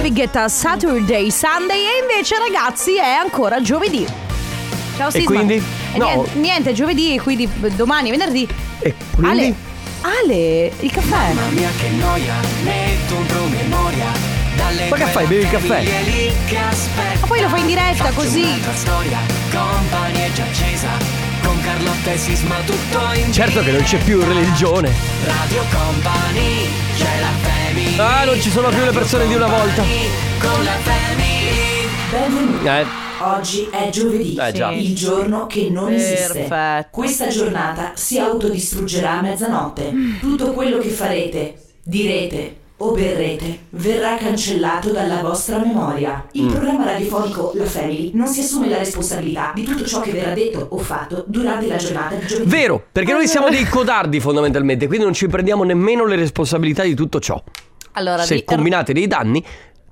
righetta Saturday, Sunday e invece ragazzi è ancora giovedì. Ciao Sisma. quindi? E No. niente, niente, è giovedì e quindi eh, domani è venerdì. E quindi? Ale, Ale, il caffè. mia che noia, metto un promemoria dalle Ma che fai, bevi il caffè? lì che aspetta. Ma poi lo fai in diretta così. Un'altra storia, compagnia è già accesa, con Carlotta e Sisma tutto in Certo che non c'è più religione. Radio Company, c'è la family. Ah, non ci sono più le persone di una volta. Con la family. Benvenuti. Eh, Oggi è giovedì, Eh, già. il giorno che non esiste. Perfetto. Questa giornata si autodistruggerà a mezzanotte. Tutto quello che farete, direte o berrete verrà cancellato dalla vostra memoria. Il Mm. programma radiofonico La Family non si assume la responsabilità di tutto ciò che verrà detto o fatto durante la giornata di giovedì. vero, perché noi siamo dei codardi fondamentalmente, quindi non ci prendiamo nemmeno le responsabilità di tutto ciò. Allora, Se ri- combinate dei danni,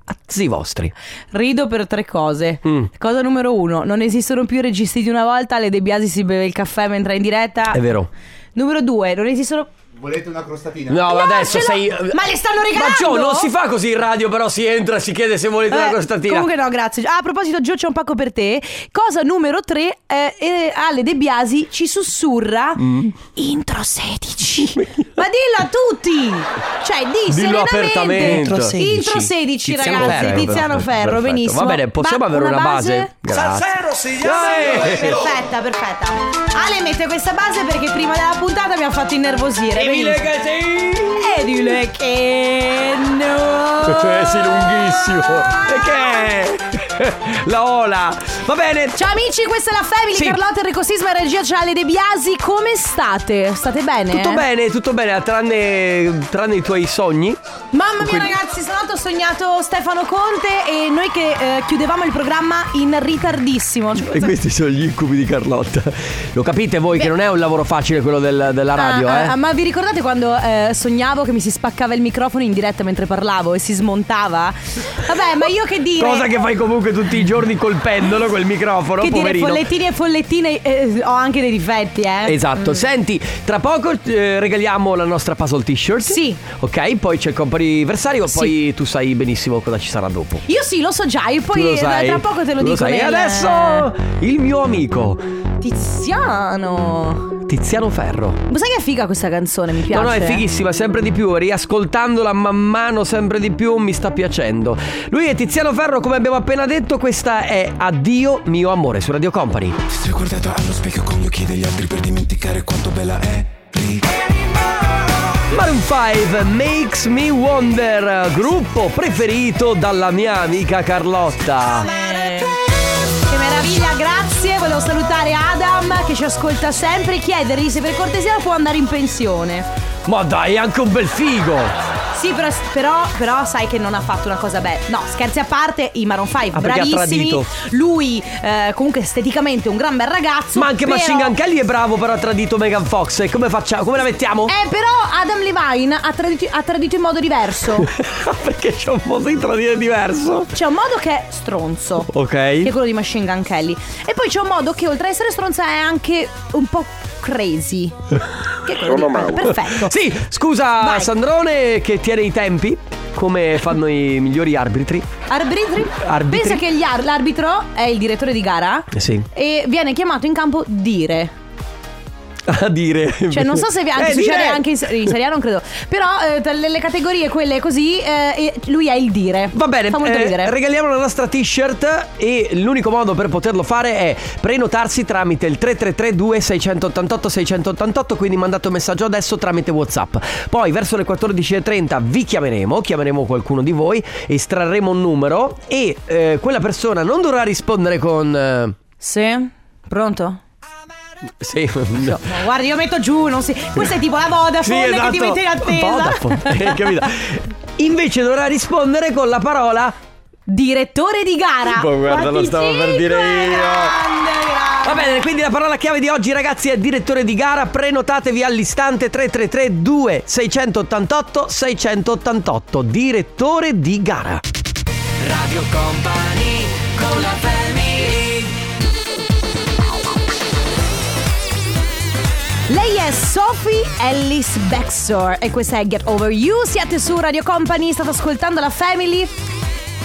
azzi vostri. rido per tre cose. Mm. Cosa numero uno, non esistono più i registi di una volta, le De Biasi si beve il caffè mentre è in diretta. È vero. Numero due, non esistono... Volete una crostatina? No, ma No, adesso ce l'ho- sei. eh, ma le stanno regalando? Ma Gio, non si fa così in radio, però si entra e si chiede se volete una Vabbè, costatina. Eh, Comunque no, grazie. Ah, a proposito, Gio, c'è un pacco per te. Cosa numero 3, Ale De Biasi ci sussurra Mm. intro 16. Ma dillo a tutti! Cioè, di Dillo serenamente, apertamente. Intro Intro 16, 16. Tiziano ragazzi, Ferro, Tiziano perfetto, Ferro, perfetto. benissimo. Va bene, possiamo Ma avere una base? Salsero si Dai! Perfetta, perfetta. Ale mette questa base perché prima della puntata mi ha fatto innervosire. benissimo. E dile che Ah! no. Cioè, sei lunghissimo. Perché? La ola. Va bene. Ciao amici, questa è la Family Sì. Carlotta Enrico Sisma e regia Ciale De Biasi. Come state? State bene? Tutto bene, tutto bene, tranne, tranne i tuoi sogni. Mamma mia Quindi- ragazzi, stanotte ho sognato Stefano Conte e noi che eh, chiudevamo il programma in ritardissimo. Cioè, E questi sono gli incubi di Carlotta. Lo capite voi che non è un lavoro facile quello del- della radio, ah, eh? ah, ma vi ricordate quando eh, sognavo che mi si spaccava il microfono in diretta mentre parlavo e si smontava? Vabbè, ma io che dire? Cosa che fai comunque tutti i giorni col pendolo, col microfono, che dire, poverino. follettini e follettine eh, ho anche dei difetti, eh. Esatto, senti, tra poco eh, regaliamo la nostra puzzle t-shirt. Sì. Ok, poi c'è il comp'anniversario, poi tu sai benissimo cosa ci sarà dopo. Io sì, lo so già, e tu poi lo eh, sai. tra poco te lo tu dico. sai. E nel- adesso il mio amico Tiziano. Tiziano Ferro. Ma sai che è figa questa canzone? Mi piace. No, no, è fighissima, sempre di più, riascoltandola man mano sempre di più mi sta piacendo. Lui è Tiziano Ferro, come abbiamo appena detto, questa è Addio mio amore su Radio Company. Ti sei guardata allo specchio con gli occhi degli altri per dimenticare quanto bella è. Maroon 5 Makes Me Wonder, gruppo preferito dalla mia amica Carlotta. Che meraviglia, grazie. Volevo salutare Adam che ci ascolta sempre e chiedergli se per cortesia può andare in pensione. Ma dai, è anche un bel figo! Sì, però, però, però sai che non ha fatto una cosa bella. No, scherzi a parte, i Maroon 5 Ah, perché ha bravissimi. tradito. Lui eh, comunque esteticamente un gran bel ragazzo. Ma anche però... Machine Gun Kelly è bravo, però ha tradito Megan Fox. E come facciamo? Come la mettiamo? Eh, però Adam Levine ha tradito, ha tradito in modo diverso. Perché c'è un modo di tradire diverso. C'è un modo che è stronzo. Oh, Che è Ok. quello di Machine Gun Kelly. E poi c'è un modo che oltre a essere stronza è anche un po' crazy. Che è quello di- Perfetto. Sì, scusa Vai. Sandrone che tiene i tempi, come fanno i migliori arbitri. Arbitri. Arbitri. Pensa che gli ar- l'arbitro è il direttore di gara Eh Sì. e viene chiamato in campo dire. A dire. Cioè, non so se vi- anche Eh, succede dire. anche in, in Serie A, non credo. Però eh, tra le, le categorie, quelle così, eh, e lui è il dire. Va bene, Fa molto eh, ridere. regaliamo la nostra t-shirt e l'unico modo per poterlo fare è prenotarsi tramite il 3332 688 688, quindi mandate un messaggio adesso tramite Whatsapp. Poi verso le 14.30 vi chiameremo, chiameremo qualcuno di voi, estrarremo un numero e eh, quella persona non dovrà rispondere con... eh, Sì. Pronto? sì, No, guarda, io metto giù, non si. Questa è tipo la Vodafone che ti mette in attesa. esatto. Vodafone, hai eh, capito? Invece dovrà rispondere con la parola... Direttore di gara. Boh, guarda, lo stavo per 45, dire io. grande, grande. Va bene, quindi la parola chiave di oggi ragazzi è direttore di gara, prenotatevi all'istante 333 2688 688, direttore di gara. Radio Company, con la family. Lei è Sophie Ellis Bexor e questa è Get Over You. Siete su Radio Company, state ascoltando la Family.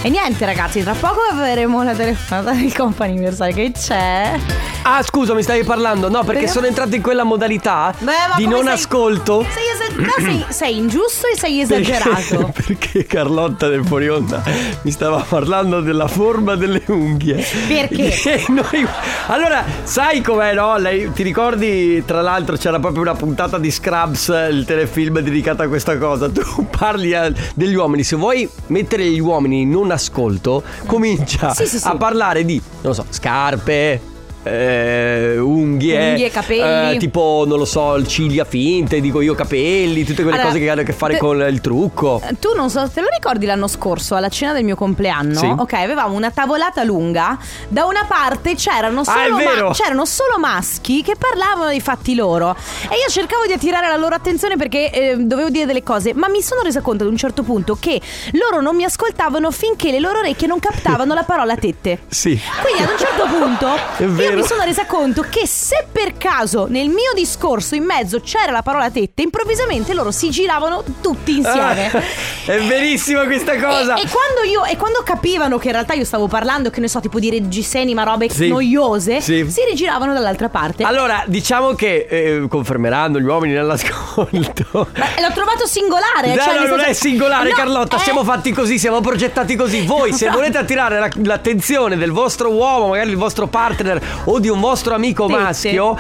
E niente ragazzi, tra poco avremo la telefonata del company anniversario che c'è. Ah, scusa, mi stavi parlando? No, perché Perché? sono entrato in quella modalità Beh, ma di come non sei- ascolto. Sei, esager- no, sei- sei ingiusto e sei esagerato. Perché, perché Carlotta del Fuori Onda mi stava parlando della forma delle unghie. Perché? E noi- allora, sai com'è, no? Lei, ti ricordi, tra l'altro, c'era proprio una puntata di Scrubs, il telefilm dedicato a questa cosa. Tu parli a- degli uomini. Se vuoi mettere gli uomini in non ascolto, comincia Sì, sì, sì. a parlare di, non so, scarpe. eh, unghie, Unghie, capelli. eh, tipo non lo so il ciglia finte dico io capelli tutte quelle Allora, cose che hanno a che fare te- con il trucco Eh, Tu non so, te lo ricordi l'anno scorso alla cena del mio compleanno? Sì. Ok, avevamo una tavolata lunga. Da una parte c'erano Ah, è solo, vero. c'erano solo maschi che parlavano dei fatti loro. E io cercavo di attirare la loro attenzione perché eh, dovevo dire delle cose, ma mi sono resa conto ad un certo punto che loro non mi ascoltavano finché le loro orecchie non captavano la parola tette. Sì. Quindi ad un certo È punto io vero. mi sono resa conto che se per caso nel mio discorso in mezzo c'era la parola tette, improvvisamente loro si giravano tutti insieme. è verissima questa cosa. Eh, E, e quando io, e quando capivano che in realtà io stavo parlando, che ne so, tipo di reggiseni, ma robe Sì. noiose, Sì. si rigiravano dall'altra parte. Allora, diciamo che eh, confermeranno gli uomini nell'ascolto. Ma l'ho trovato singolare. No, cioè, no, nel non senso- è singolare, No, Carlotta. eh, Siamo fatti così, siamo progettati così. Voi, se volete attirare la- l'attenzione del vostro uomo, magari il vostro partner o di un vostro amico Tette. maschio,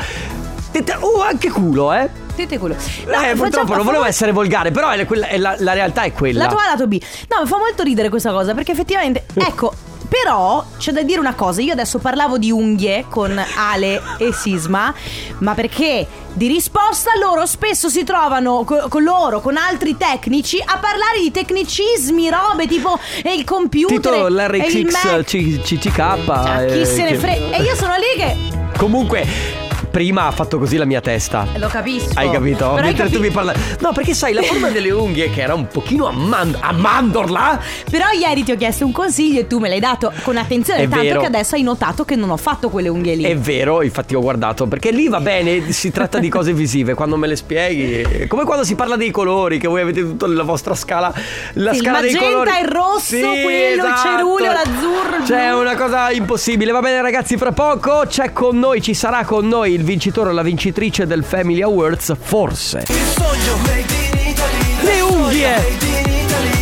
tette- oh, anche culo, eh. Tette culo. No, eh, facciamo- purtroppo fa non volevo molto- essere volgare, però è quella- è la, la realtà è quella. Lato A, lato B. No, mi fa molto ridere questa cosa perché effettivamente. Ecco. Però c'è da dire una cosa, io adesso parlavo di unghie con Ale e Sisma, ma perché di risposta loro spesso si trovano co- con loro, con altri tecnici, a parlare di tecnicismi, robe tipo e il computer. Titolo e il l'RX Mac. CCK. Ah, eh, chi se ne frega? E io sono lì che. Comunque, prima ha fatto così la mia testa. Lo capisco. Hai capito? Oh. Però hai Mentre tu capi- mi parla. No, perché sai, la forma delle unghie che era un pochino a, mand- a mandorla. Però ieri ti ho chiesto un consiglio e tu me l'hai dato con attenzione, È tanto vero. che adesso hai notato che non ho fatto quelle unghie lì. È vero, infatti ho guardato, perché lì va bene, si tratta di cose visive, quando me le spieghi. è Come quando si parla dei colori, che voi avete tutta la vostra scala. La Sì, il scala dei magenta, colori. esatto. il rosso, quello, il ceruleo, l'azzurro, il C'è blu. una cosa impossibile. Va bene, ragazzi, fra poco c'è con noi, ci sarà con noi il vincitore o la vincitrice del Family Awards, forse. Le unghie!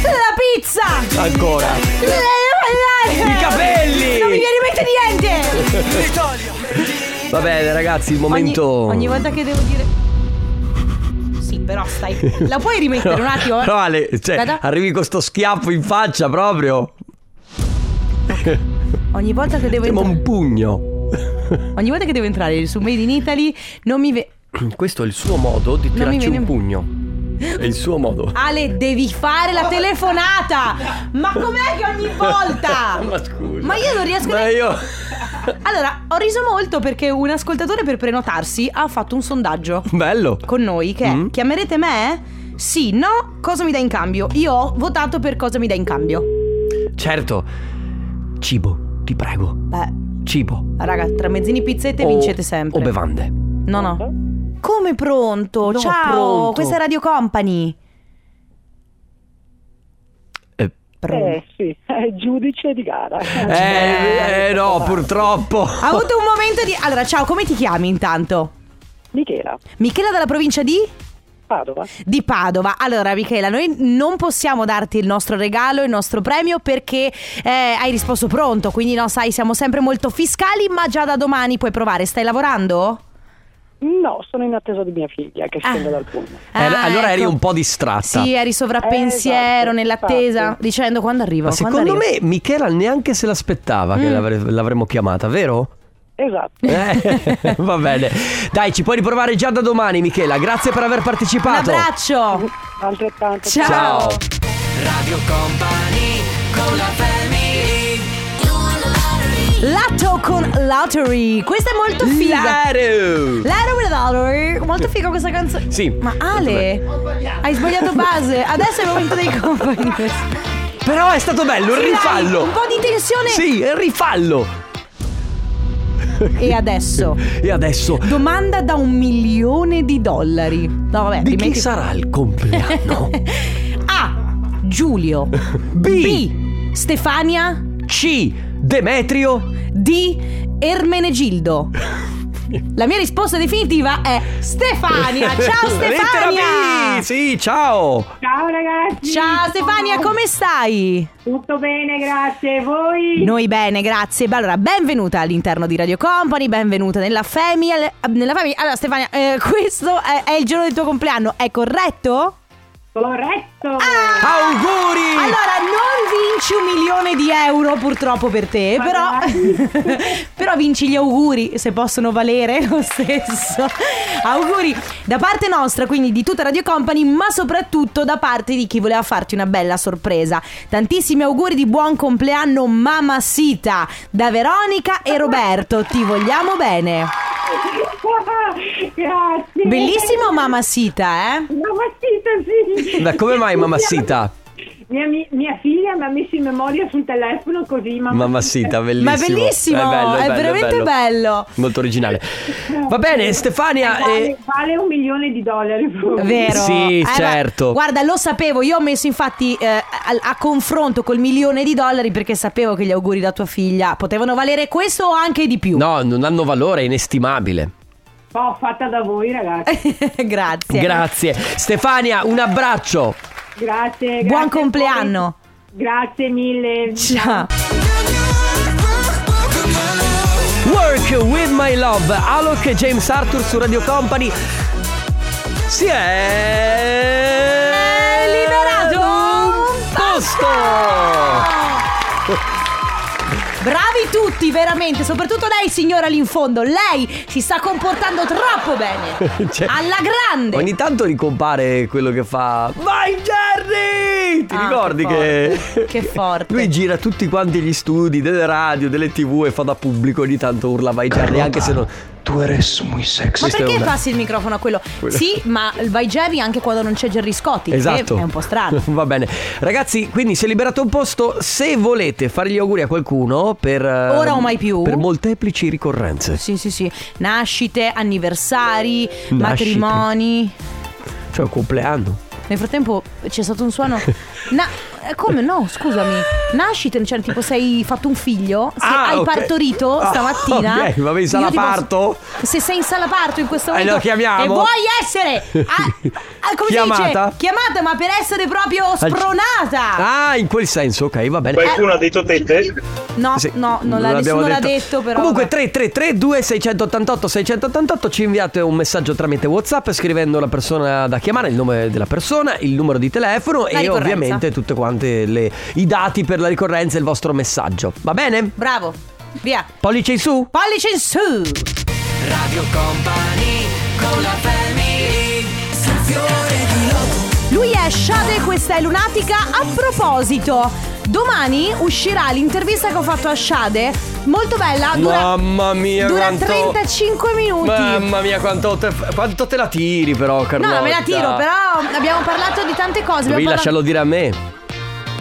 La pizza! Ancora. I capelli! Non mi viene in mente niente! Va bene, ragazzi, il Ogni, momento. ogni volta che devo dire. Sì, però stai. La puoi rimettere un attimo? No, Ale, cioè, Guarda. arrivi con sto schiaffo in faccia proprio. Ogni volta che devo Sembra un entrare. pugno. Ogni volta che devo entrare su Made in Italy, non mi ve. Questo è il suo modo di mi tirarci viene- un pugno. È il suo modo. Ale, devi fare la telefonata! Ma com'è che ogni volta? Ma scusa. Ah! Ma io non riesco Ma neanche- io. Allora, ho riso molto perché un ascoltatore per prenotarsi ha fatto un sondaggio. Bello. con noi che è, Mm. chiamerete me? Sì, no, cosa mi dà in cambio? Io ho votato per cosa mi dà in cambio. Certo. Cibo, ti prego. Beh, Cibo. raga, tra mezzini pizzette O- vincete sempre. O bevande. No, no. Come pronto? No, Ciao, pronto. questa è Radio Company. Eh, Pronto. sì, è giudice di gara. eh, eh, no, purtroppo. Ha avuto un momento di Allora, ciao, come ti chiami intanto? Michela, Michela dalla provincia di Padova. di Padova. Allora, Michela, noi non possiamo darti il nostro regalo, il nostro premio perché eh, hai risposto pronto, quindi no, sai, siamo sempre molto fiscali, ma già da domani puoi provare. Stai lavorando? No, sono in attesa di mia figlia che Ah. scende dal pullman. Eh, allora eri ecco. un po' distratta. Sì, eri sovrappensiero Eh, esatto, nell'attesa, infatti. dicendo quando arrivo. Ma quando secondo arrivo. me Michela neanche se l'aspettava che Mm. l'avre- l'avremmo chiamata, vero? Esatto. Eh, va bene. Dai, ci puoi riprovare già da domani, Michela. Grazie per aver Un partecipato. Oh, abbraccio. Altrettanto. Ciao. Ciao. Radio Company con la family Latto con Lottery. Questa è molto figa. Laru. Latto with Lottery. Molto figa questa canzone. Sì. Ma Ale, hai sbagliato base. Adesso è il momento dei compagni. Però è stato bello, il Sì, dai, rifallo. Un po' di tensione. Sì, il rifallo. E adesso? E adesso Domanda da un milione di dollari. No, vabbè, di chi rimetti- sarà il compleanno? A. Giulio. B. B. Stefania C. Demetrio. di Ermenegildo. La mia risposta definitiva è Stefania. Ciao Lettera B, Stefania. Sì, ciao. Ciao ragazzi! Ciao Stefania, come stai? Tutto bene, grazie. E voi? Noi bene, grazie. Beh, Allora, benvenuta all'interno di Radio Company, benvenuta nella family. eh, Nella family. Allora, Stefania, eh, questo è, è il giorno del tuo compleanno, è corretto? Corretto! Ah. Auguri. Allora, non vinci un milione di euro purtroppo per te, Ma però, però vinci gli auguri, se possono valere lo stesso. auguri da parte nostra, quindi di tutta Radio Company, ma soprattutto da parte di chi voleva farti una bella sorpresa. Tantissimi auguri di buon compleanno mamma Sita da Veronica e Roberto, ti vogliamo bene. grazie! Bellissimo mamma Sita, eh? Mamassita, sì! Ma come mai Mamassita? Mia, mi- mia figlia mi ha messo in memoria sul telefono così, mamma. Mamassita, bellissimo. Ma è bellissimo, è veramente bello. Molto originale. Va bene, Stefania. Vale, eh, vale un milione di dollari. proprio. Vero? Eh, Sì, ma certo. guarda, lo sapevo, io ho messo infatti eh, al- a, confronto col milione di dollari perché sapevo che gli auguri da tua figlia potevano valere questo o anche di più. No, oh, non hanno valore, è inestimabile. Oh, fatta da voi, ragazzi. grazie. Grazie. Stefania, un abbraccio. Grazie. grazie a Buon compleanno. voi. Grazie mille. Ciao. Work with my love. Alok e James Arthur su Radio Company. Si è. liberato un un posto. Bravi tutti, veramente, soprattutto lei signora lì in fondo, lei si sta comportando troppo bene. Cioè, Alla grande. Ogni tanto ricompare quello che fa Vai Jerry! Ti Ah, ricordi che che, forte, che forte. Lui gira tutti quanti gli studi delle radio, delle tv e fa da pubblico ogni tanto urla Vai Jerry anche se non Ma Questo è perché un- passi il microfono a quello? Quello. Sì, ma il vai Jerry anche quando non c'è Jerry Scotti. che Esatto. È un po' strano. Va bene. Ragazzi, quindi si è liberato un posto. Se volete fare gli auguri a qualcuno per. eh, Ora o mai più? Per molteplici ricorrenze. Sì, sì, sì. Nascite, anniversari, Nascite. matrimoni. Cioè, un compleanno. Nel frattempo c'è stato un suono. Na- eh, come no? Scusami. Nascite, cioè, tipo, sei fatto un figlio? Se Ah, hai ok. partorito Ah, stamattina. ok, vabbè, in io sala ti posso- parto? se sei in sala parto in questo Eh, momento. lo chiamiamo? E vuoi essere. a- a- come si Chiamata? dice? Chiamata, ma per essere proprio spronata. Ah, in quel senso, ok, va bene. Qualcuno ha detto tette? No, Sì, no, non l'ha, l'abbiamo nessuno l'ha detto, però. Comunque vabbè. 333 2688 688 ci inviate un messaggio tramite WhatsApp scrivendo la persona da chiamare, il nome della persona, il numero di telefono e ricorrenza. ovviamente tutte quante le- i dati per la ricorrenza e il vostro messaggio. Va bene? Bravo. Via. Pollice in su. Pollice in su. Radio Company con la family Stazione di loto Lui è Shade, questa è Lunatica. A proposito, domani uscirà l'intervista che ho fatto a Shade. Molto bella, dura, Mamma mia, dura quanto- 35 minuti. Mamma mia, quanto te, quanto te la tiri però, No, Carlotta. non me la tiro, però abbiamo parlato di tante cose. Devi Abbiamo parlato... lasciarlo dire a me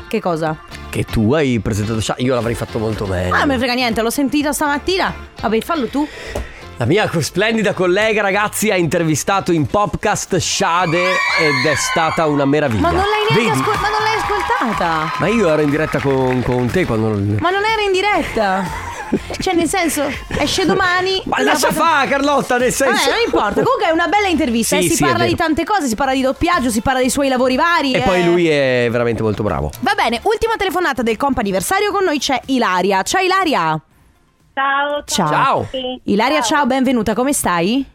Che cosa? che tu hai presentato Sha- Io l'avrei fatto molto bene. Ah, non mi frega niente, l'ho sentita stamattina. Vabbè, fallo tu. La mia co- splendida collega, ragazzi, ha intervistato in podcast Shade ed è stata una meraviglia. Ma non l'hai Vedi? neanche ascol- ma non l'hai ascoltata. Ma io ero in diretta con, con te quando. Ma non era in diretta. Cioè, nel senso, esce domani. Ma lascia fa fa, Carlotta, nel senso. Vabbè, non importa. Comunque è una bella intervista. Sì, eh, Si sì, è parla di vero. tante cose, si parla di doppiaggio, si parla dei suoi lavori vari. E eh. poi lui è veramente molto bravo. Va bene, ultima telefonata del comp anniversario con noi c'è Ilaria. Ciao Ilaria. Ciao, Ciao. Ilaria, ciao, benvenuta, come stai?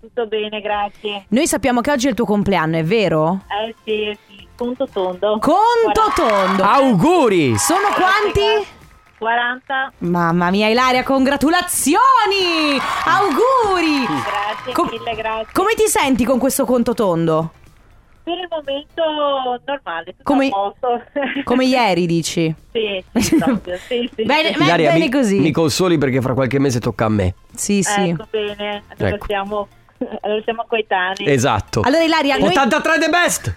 Tutto bene, grazie. Noi sappiamo che oggi è il tuo compleanno, è vero? Eh sì, sì, conto tondo. Conto Guarda- tondo. Auguri! Sono quanti? 40, Mamma mia Ilaria, congratulazioni! Auguri! grazie Com- mille, grazie. Come ti senti con questo conto tondo? per il momento normale, tutto Come- a posto. Come ieri dici? sì, sì, proprio, sì, sì. Bene, sì. ma è Ilaria, bene mi, così. mi consoli perché fra qualche mese tocca a me. Sì, sì. Ecco, bene, allora Ecco. siamo, allora siamo coetanei. Esatto. Allora Ilaria, noi... 83 The Best!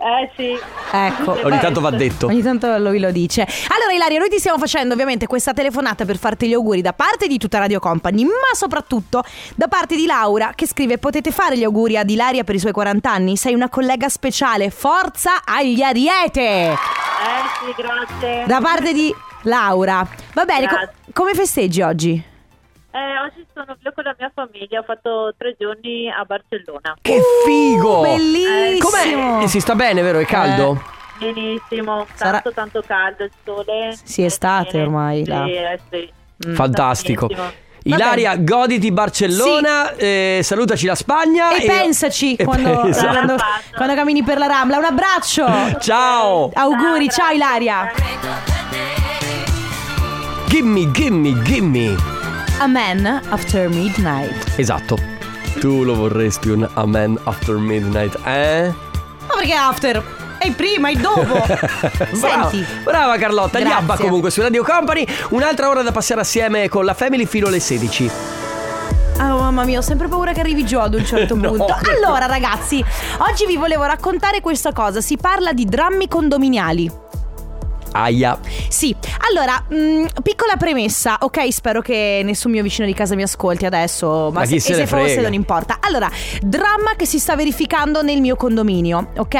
Eh sì. Ecco. Sì, Ogni beh, tanto va detto. Ogni tanto lui lo dice. Allora, Ilaria, noi ti stiamo facendo ovviamente questa telefonata per farti gli auguri da parte di tutta Radio Company, ma soprattutto da parte di Laura che scrive: Potete fare gli auguri ad Ilaria per i suoi 40 anni? Sei una collega speciale. Forza agli Ariete! Eh sì, grazie. Da parte di Laura. Va bene, co- Grazie. come festeggi oggi? Eh, oggi sono qui con la mia famiglia, ho fatto tre giorni a Barcellona. Che figo! Uh, Bellissimo! Eh, Com'è? E si sta bene, vero? È caldo? Benissimo, tanto Sarà- tanto caldo il sole. Sì, è estate Bene. ormai, Sì, là. Mm. eh, sì. Fantastico. Benissimo. Ilaria, goditi Barcellona, eh, salutaci la Spagna. E pensaci e quando, pensa. quando- Esatto. quando cammini per la Rambla. Un abbraccio! Ciao! Auguri, ciao Ilaria! Gimme, gimme, gimme. A man after midnight. Esatto. Tu lo vorresti un Amen After Midnight, eh? Ma perché after? È il prima, è il dopo. Brava, Senti. brava Carlotta, gli Grazie. Abba comunque su Radio Company. Un'altra ora da passare assieme con la Family fino alle 16. Ah, mamma mia, ho sempre paura che arrivi giù ad un certo No. punto. Allora, ragazzi, oggi vi volevo raccontare questa cosa. Si parla di drammi condominiali. Aia. Sì, allora, mh, piccola premessa, ok? Spero che nessun mio vicino di casa mi ascolti adesso, ma, Ma chi se, se e se ne fosse frega? non importa. Allora, dramma che si sta verificando nel mio condominio, ok?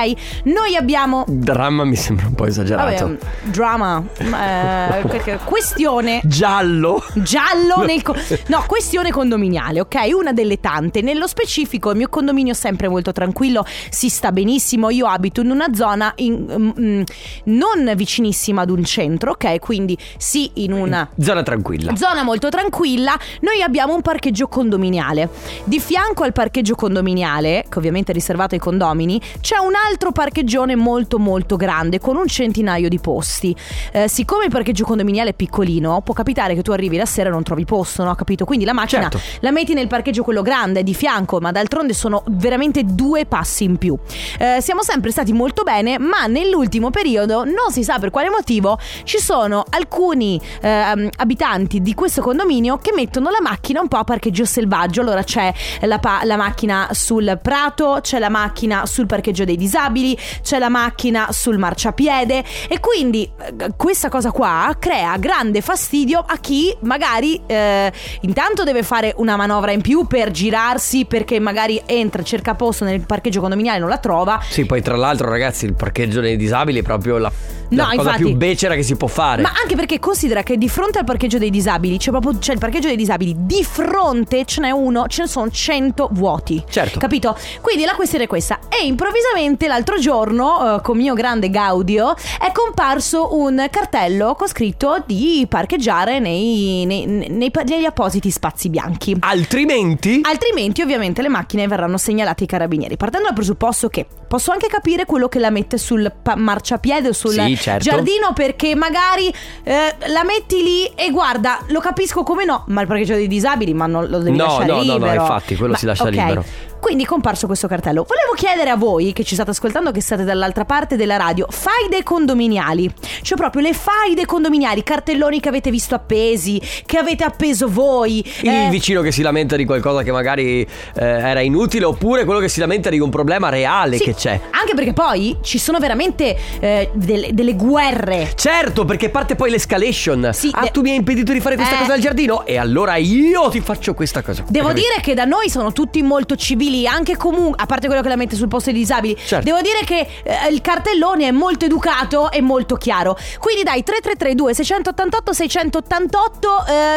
Noi abbiamo... Dramma mi sembra un po' esagerato. Vabbè, mm, drama, eh, perché- questione Giallo. giallo nel co- no questione condominiale ok una delle tante nello specifico il mio condominio è sempre molto tranquillo si sta benissimo io abito in una zona in- mm, mm, non vicinissima ad un centro ok quindi sì in una Zona tranquilla. Zona molto tranquilla, noi abbiamo un parcheggio condominiale. Di fianco al parcheggio condominiale, che ovviamente è riservato ai condomini, c'è un altro parcheggione molto molto grande con un centinaio di posti. Eh, siccome il parcheggio condominiale è piccolino, può capitare che tu arrivi la sera e non trovi posto, no? Capito? Quindi la macchina Certo. la metti nel parcheggio quello grande di fianco, ma d'altronde sono veramente due passi in più. Eh, siamo sempre stati molto bene, ma nell'ultimo periodo, non si sa per quale motivo, ci sono alcuni ehm, abitanti di questo condominio che mettono la macchina un po' a parcheggio selvaggio. Allora c'è la, pa- la macchina sul prato, c'è la macchina sul parcheggio dei disabili, c'è la macchina sul marciapiede e quindi eh, questa cosa qua crea grande fastidio a chi magari eh, intanto deve fare una manovra in più per girarsi perché magari entra, cerca posto nel parcheggio condominiale e non la trova. Sì, poi tra l'altro, ragazzi, il parcheggio dei disabili è proprio la, la No, cosa infatti. più becera che si può fare. Ma anche perché considera che di fronte al parcheggio dei disabili, c'è proprio c'è il parcheggio dei disabili, di fronte ce n'è uno, ce ne sono 100 vuoti. Certo. Capito? Quindi la questione è questa. E improvvisamente l'altro giorno, eh, con mio grande gaudio, è comparso un cartello con scritto di parcheggiare nei- nei- nei- negli appositi spazi bianchi. Altrimenti. Altrimenti, ovviamente, le macchine verranno segnalate ai carabinieri. Partendo dal presupposto che posso anche capire quello che la mette sul pa- marciapiede o sul Sì, certo. giardino, perché magari eh, la metti lì e guarda, lo capisco come no, ma il parcheggio dei disabili, ma non lo devi No, lasciare no, no, no, libero. infatti, quello si lascia ok. libero. Quindi è comparso questo cartello. Volevo chiedere a voi che ci state ascoltando, che state dall'altra parte della radio, faide condominiali. Cioè proprio le faide condominiali, cartelloni che avete visto appesi, che avete appeso voi. il eh, vicino che si lamenta di qualcosa che magari eh, era inutile, oppure quello che si lamenta di un problema reale Sì, che c'è. Anche perché poi ci sono veramente eh, delle, delle guerre. Certo, perché parte poi l'escalation. Sì, ah, de- tu mi hai impedito di fare questa Eh. cosa al giardino? E allora io ti faccio questa cosa. Devo Hai Eh, capito? dire che da noi sono tutti molto civili, anche comunque, a parte quello che la mette sul posto dei disabili. Certo. Devo dire che eh, il cartellone è molto educato e molto chiaro. Quindi dai, 3332 688 688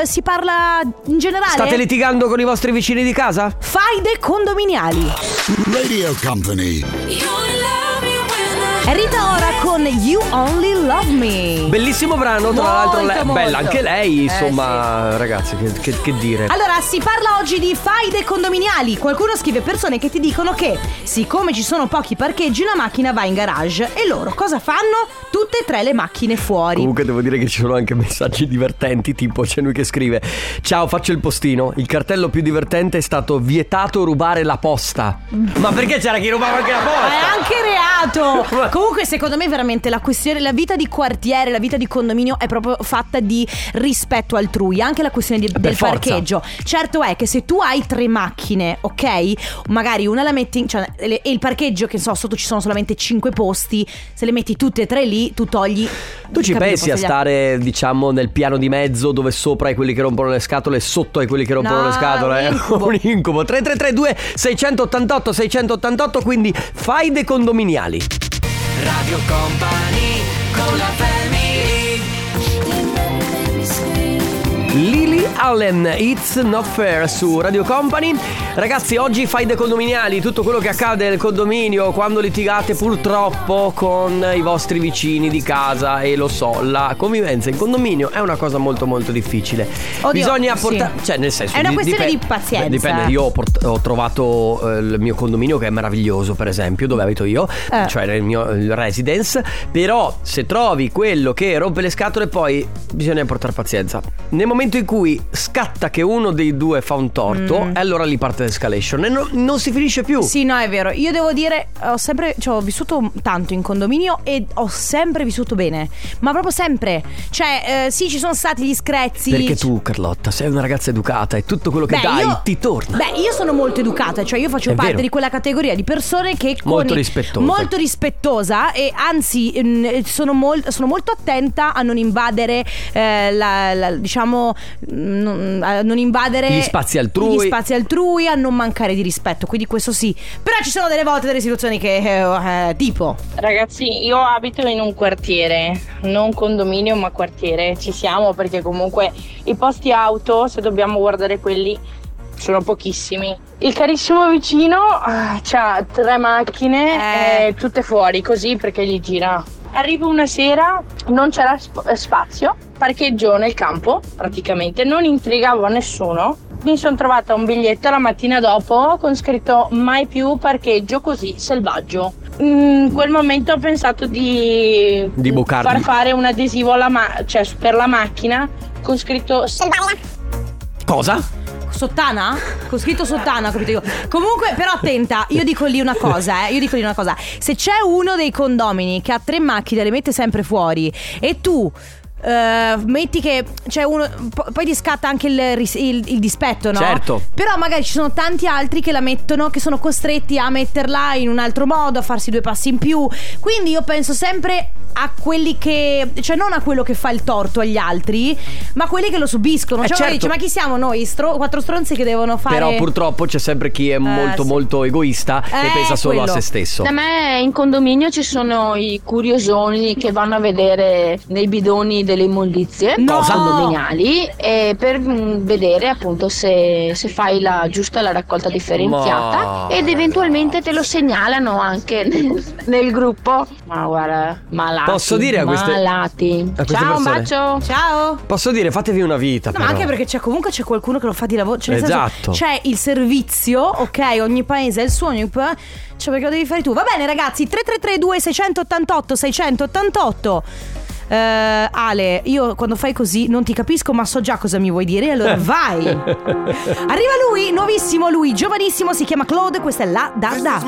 eh, si parla in generale. State litigando con i vostri vicini di casa? Faide condominiali. Radio Company. È Rita ora con You Only Love Me. Bellissimo brano, tra Molto, l'altro. lei- molto. Bella anche lei, Eh, insomma, ragazzi, che, che- che dire. Allora, si parla oggi di faide condominiali. Qualcuno scrive persone che ti dicono che siccome ci sono pochi parcheggi, la macchina va in garage. E loro cosa fanno? Tu tutte e tre le macchine fuori. Comunque devo dire che ci sono anche messaggi divertenti, tipo c'è lui che scrive "Ciao, faccio il postino. Il cartello più divertente è stato vietato rubare la posta". Mm. Ma perché c'era chi rubava anche la Ma posta? è anche reato! Comunque, secondo me, veramente la questione, la vita di quartiere, la vita di condominio è proprio fatta di rispetto altrui, anche la questione di- del forza. parcheggio. Certo è che se tu hai tre macchine, ok? Magari una la metti in. Cioè, le- e il parcheggio, che so, sotto ci sono solamente cinque posti. Se le metti tutte e tre lì, tu togli. Tu ci capito, pensi posti a agli- stare, diciamo, nel piano di mezzo dove sopra hai quelli che rompono le scatole e sotto hai quelli che rompono No, le scatole? è un incubo. un incubo. 3332 688 688, quindi fai dei condominiali. Radio Company con la family Lily Allen, It's Not Fair su Radio Company. Ragazzi, oggi fai dei condominiali, tutto quello che accade nel condominio quando litigate purtroppo con i vostri vicini di casa e lo so, la convivenza in condominio è una cosa molto molto difficile. Oddio, Bisogna sì. portare, cioè nel senso È una di- questione dipen- di pazienza. Beh, Dipende, io ho, port- ho trovato eh, il mio condominio che è meraviglioso, per esempio, dove abito io, Eh. cioè nel mio il residence, però se trovi quello che rompe le scatole poi bisogna portare pazienza. Nel momento in cui scatta che uno dei due fa un torto, Mm. e allora lì parte l'escalation e no- non si finisce più. Sì, no, è vero. Io devo dire, ho sempre, cioè, ho vissuto tanto in condominio e ho sempre vissuto bene. Ma proprio sempre. Cioè, eh, sì, ci sono stati gli screzi. Perché tu, Carlotta, sei una ragazza educata e tutto quello che Beh, dai io- ti torna. Beh, io sono molto educata, cioè io faccio È parte vero. di quella categoria di persone che con Molto i- rispettosa. molto rispettosa e anzi mm, sono, mol- sono molto attenta a non invadere eh, la- la- diciamo mm, a non invadere Gli spazi altrui. gli spazi altrui, a non mancare di rispetto, quindi questo sì. Però ci sono delle volte delle situazioni che eh, eh, tipo Ragazzi, io abito in un quartiere, non condominio ma quartiere, ci siamo perché comunque i posti auto, se dobbiamo guardare quelli, sono pochissimi. Il carissimo vicino ha tre macchine Eh. eh, tutte fuori così perché gli gira. Arrivo una sera, non c'era sp- eh, spazio, parcheggio nel campo praticamente, non intrigavo a nessuno. Mi sono trovata un biglietto la mattina dopo con scritto mai più parcheggio così selvaggio. In Mm, quel momento ho pensato di, Di bucarli. far fare un adesivo alla ma- cioè, per la macchina con scritto selvaggio. Eh. Cosa? Sottana? Con scritto Sottana, ho capito io. Comunque, però attenta, io dico lì una cosa, eh. Io dico lì una cosa. Se c'è uno dei condomini che ha tre macchine, le mette sempre fuori e tu. eh, metti che c'è uno po- poi ti scatta anche il, ris- il- il dispetto no? Certo. però magari ci sono tanti altri che la mettono che sono costretti a metterla in un altro modo a farsi due passi in più quindi io penso sempre a quelli che cioè non a quello che fa il torto agli altri ma a quelli che lo subiscono Eh, cioè uno certo. dice ma chi siamo noi? Stro- quattro stronzi che devono fare. Però purtroppo c'è sempre chi è molto Eh, sì. molto egoista e Eh, pensa solo quello. Eh. a se stesso. Da me in condominio ci sono i curiosoni che vanno a vedere nei bidoni delle immondizie No! condominiali e per mm, vedere appunto se, se fai la giusta la raccolta differenziata Ma- ed eventualmente te lo segnalano anche nel, nel gruppo. Ma guarda, malati. Posso dire a queste- malati. a queste Ciao, un persone? bacio. Ciao. Posso dire, fatevi una vita. No, ma però. anche perché c'è, comunque c'è qualcuno che lo fa di lavoro. Cioè, nel senso, Esatto. c'è il servizio, ok? Ogni paese ha il suo, ogni pa- cioè perché lo devi fare tu. Va bene, ragazzi, 3332 688 688. Eh, Ale, io quando fai così non ti capisco, ma so già cosa mi vuoi dire. Eh. Allora vai. Arriva lui, nuovissimo lui, giovanissimo, si chiama Claude, questa è la Darda.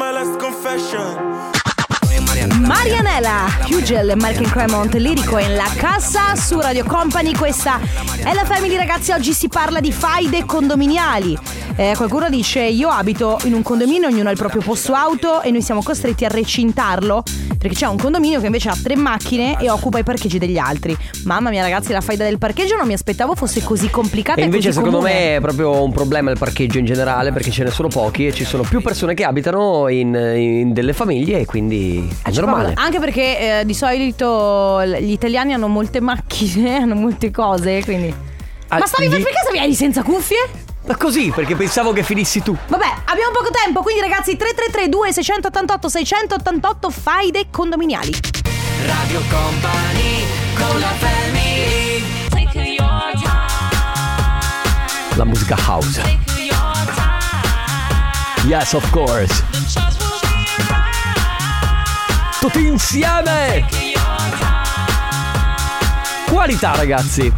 Marianella, Hugel e Malcolm Cremont, lirico in la cassa su Radio Company, questa è la family ragazzi, oggi si parla di faide condominiali. Eh, qualcuno dice io abito in un condominio, ognuno ha il proprio posto auto e noi siamo costretti a recintarlo perché c'è un condominio che invece ha tre macchine e occupa i parcheggi degli altri. Mamma mia ragazzi, la faida del parcheggio non mi aspettavo fosse così complicata. E E, invece così secondo comune. me è proprio un problema il parcheggio in generale perché ce ne sono pochi e ci sono più persone che abitano in, in delle famiglie e quindi è C'è normale. proprio- Anche perché eh, di solito l- gli italiani hanno molte macchine, hanno molte cose, quindi. Ah, Ma stavi gli- per perché stavi eri senza cuffie? Ma così perché pensavo che finissi tu. Vabbè, abbiamo poco tempo, quindi ragazzi 3332 688 688 faide condominiali. Radio Company con la family La musica house. Yes, of course. Tutti insieme. Qualità, ragazzi.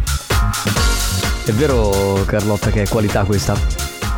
È vero, Carlotta, che è qualità questa?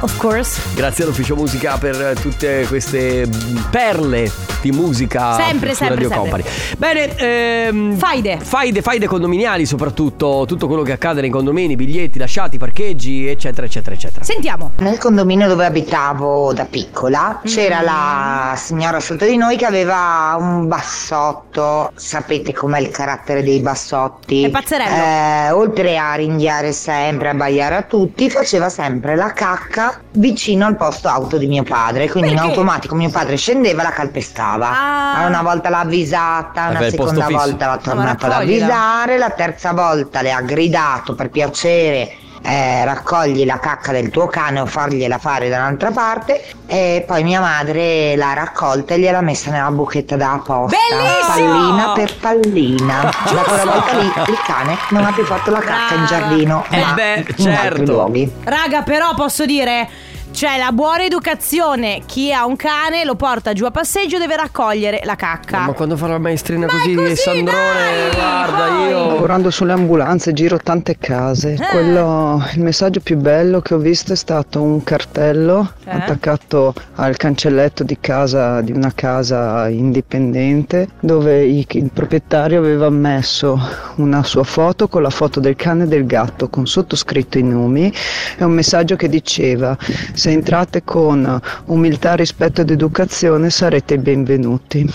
Of course. Grazie all'Ufficio Musica per eh, tutte queste mm, perle di musica Sempre, su sempre, Radio sempre. Company. Bene, ehm, Mm. Faide. faide, faide condominiali soprattutto, tutto quello che accade nei condomini, biglietti lasciati, parcheggi, eccetera, eccetera, eccetera. Sentiamo. Nel condominio dove abitavo da Mm-hmm. piccola c'era la signora sotto di noi che aveva un bassotto. Sapete com'è il carattere dei bassotti? È pazzerello. Eh, oltre a ringhiare sempre, a baiare a tutti, faceva sempre la cacca vicino al posto auto di mio padre. Quindi in Perché? automatico mio padre scendeva e la calpestava. Ah. Allora, Una volta l'ha avvisata, Eh una beh, il posto seconda fisso. volta l'ha ma tornato ad raccoglila. avvisare, la terza volta le ha gridato per piacere. eh, raccogli la cacca del tuo cane o fargliela fare da un'altra parte e poi mia madre l'ha raccolta e gliel'ha messa nella buchetta da apposta Bellissimo! pallina per pallina Ah, da quella volta lì il cane non ha più fatto la cacca in giardino Eh ma beh, in altri certo. luoghi Raga, però posso dire. Cioè, la buona educazione, chi ha un cane lo porta giù a passeggio deve raccogliere la cacca. Ma quando farà la maestrina Ma è così, così, Sandrone, dai, guarda, poi. io... Lavorando sulle ambulanze giro tante case. Eh. Quello, il messaggio più bello che ho visto è stato un cartello Eh. attaccato al cancelletto di casa di una casa indipendente dove i- il proprietario aveva messo una sua foto con la foto del cane e del gatto con sottoscritto i nomi e un messaggio che diceva se entrate con umiltà, rispetto ed educazione sarete i benvenuti.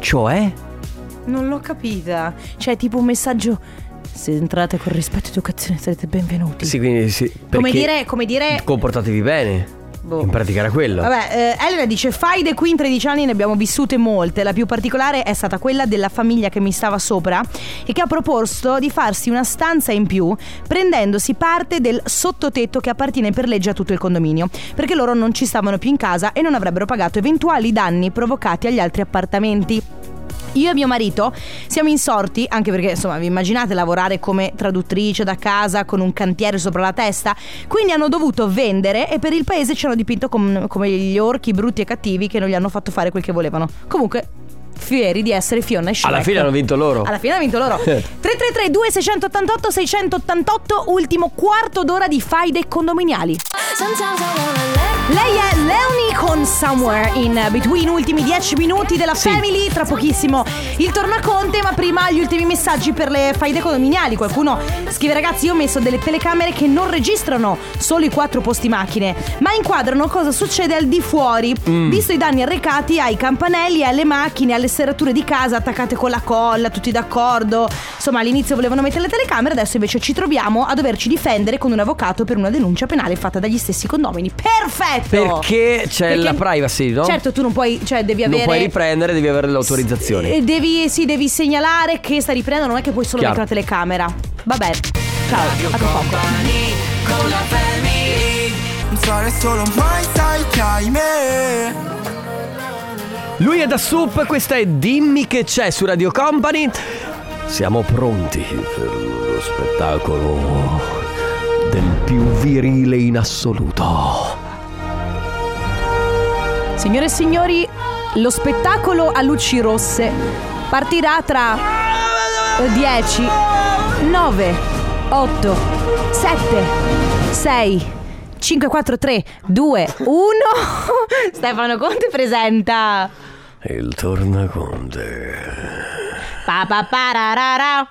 Cioè? Non l'ho capita. Cioè, tipo un messaggio. Se entrate con rispetto e educazione sarete benvenuti. Sì, esatto. quindi sì. Come perché dire, come dire. Comportatevi bene. Boh. In pratica era quello. Vabbè, eh, Elena dice: Faide qui in 13 anni ne abbiamo vissute molte. La più particolare è stata quella della famiglia che mi stava sopra e che ha proposto di farsi una stanza in più prendendosi parte del sottotetto che appartiene per legge a tutto il condominio. Perché loro non ci stavano più in casa e non avrebbero pagato eventuali danni provocati agli altri appartamenti. Io e mio marito siamo insorti, anche perché insomma vi immaginate lavorare come traduttrice da casa con un cantiere sopra la testa, quindi hanno dovuto vendere e per il paese ci hanno dipinto com- come gli orchi brutti e cattivi che non gli hanno fatto fare quel che volevano. Comunque, fieri di essere Fiona e Shrek. Alla fine hanno vinto loro. ecco. Alla fine hanno vinto loro. 333 2688 688 ultimo quarto d'ora di faide condominiali. Lei è Leonie con Somewhere in Between, ultimi 10 minuti della Family, tra pochissimo il tornaconte, ma prima gli ultimi messaggi per le faide condominiali. Qualcuno scrive ragazzi, io ho messo delle telecamere che non registrano solo i quattro posti macchine, ma inquadrano cosa succede al di fuori, Mm. visto i danni arrecati ai campanelli, alle macchine, alle serrature di casa attaccate con la colla, tutti d'accordo. Insomma, all'inizio volevano mettere le telecamere, adesso invece ci troviamo a doverci difendere con un avvocato per una denuncia penale fatta dagli stessi condomini. Perfetto! Perché c'è la privacy, no? Certo, tu non puoi, cè, devi non avere. puoi riprendere, devi avere l'autorizzazione. Eh, devi, sì, devi segnalare che sta riprendendo, non è che puoi solo Chiaro. mettere la telecamera. Vabbè, ciao, a tra poco. Pensare solo mai sai che ahimè Lui è da Sup, questa è Dimmi che c'è su Radio Company. Siamo pronti per lo spettacolo del più virile in assoluto. Signore e signori, lo spettacolo a luci rosse partirà tra eh, 10, 9, 8, 7, 6, 5, 4, 3, 2, 1. Stefano Conte presenta. Il tornaconte. Pa pa pararara.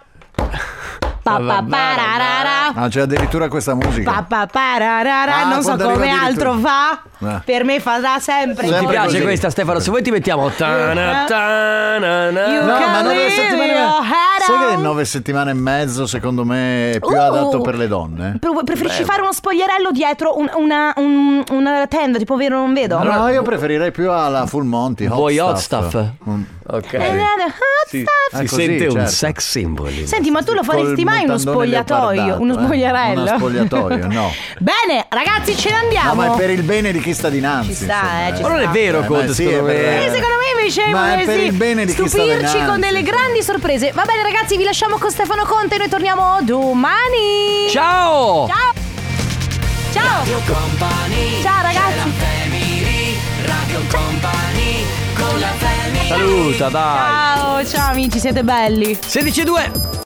Pa pa pararara. Ah, c'è addirittura questa musica. Pa pa pararara. Ah, non so quando arriva come addirittura. altro fa. Eh. Per me farà sempre. Ti Sempre così. piace questa Stefano? Se vuoi ti mettiamo Eh. ta-na, ta-na, You na. No, ma can nove leave settimane your head Sai che on. nove settimane e mezzo, secondo me, è più Uh. adatto per le donne. Pre- Preferisci fare uno spogliarello dietro un- una, un- una tenda, tipo vero non vedo? No, io preferirei più alla Full Monty. Hot Vuoi hot stuff. stuff? Mm. Eh, Ok. guarda, ah, Sì, sta- Ah, si così, sente un certo. sex symbol. Senti, ma tu lo Col faresti mai uno mutandone spogliatoio? leopardato, Uno eh. spogliarello? Uno spogliatoio, no. Bene, ragazzi, ce Eh, ne No, andiamo. ma è per il bene di chi sta dinanzi. Ci sta, insomma, eh, ci Ma non è vero, Eh, Conte, ma sì, secondo è per- me. Eh, secondo me invece Ma è per vorresti il bene di chi sta stupirci dinanzi, con delle insomma. grandi sorprese. Va bene, ragazzi, vi lasciamo con Stefano Conte. Noi torniamo domani. Ciao! Ciao. Ciao. Ciao, ragazzi. Saluta, dai! Ciao, ciao, amici, siete belli. 16 e 2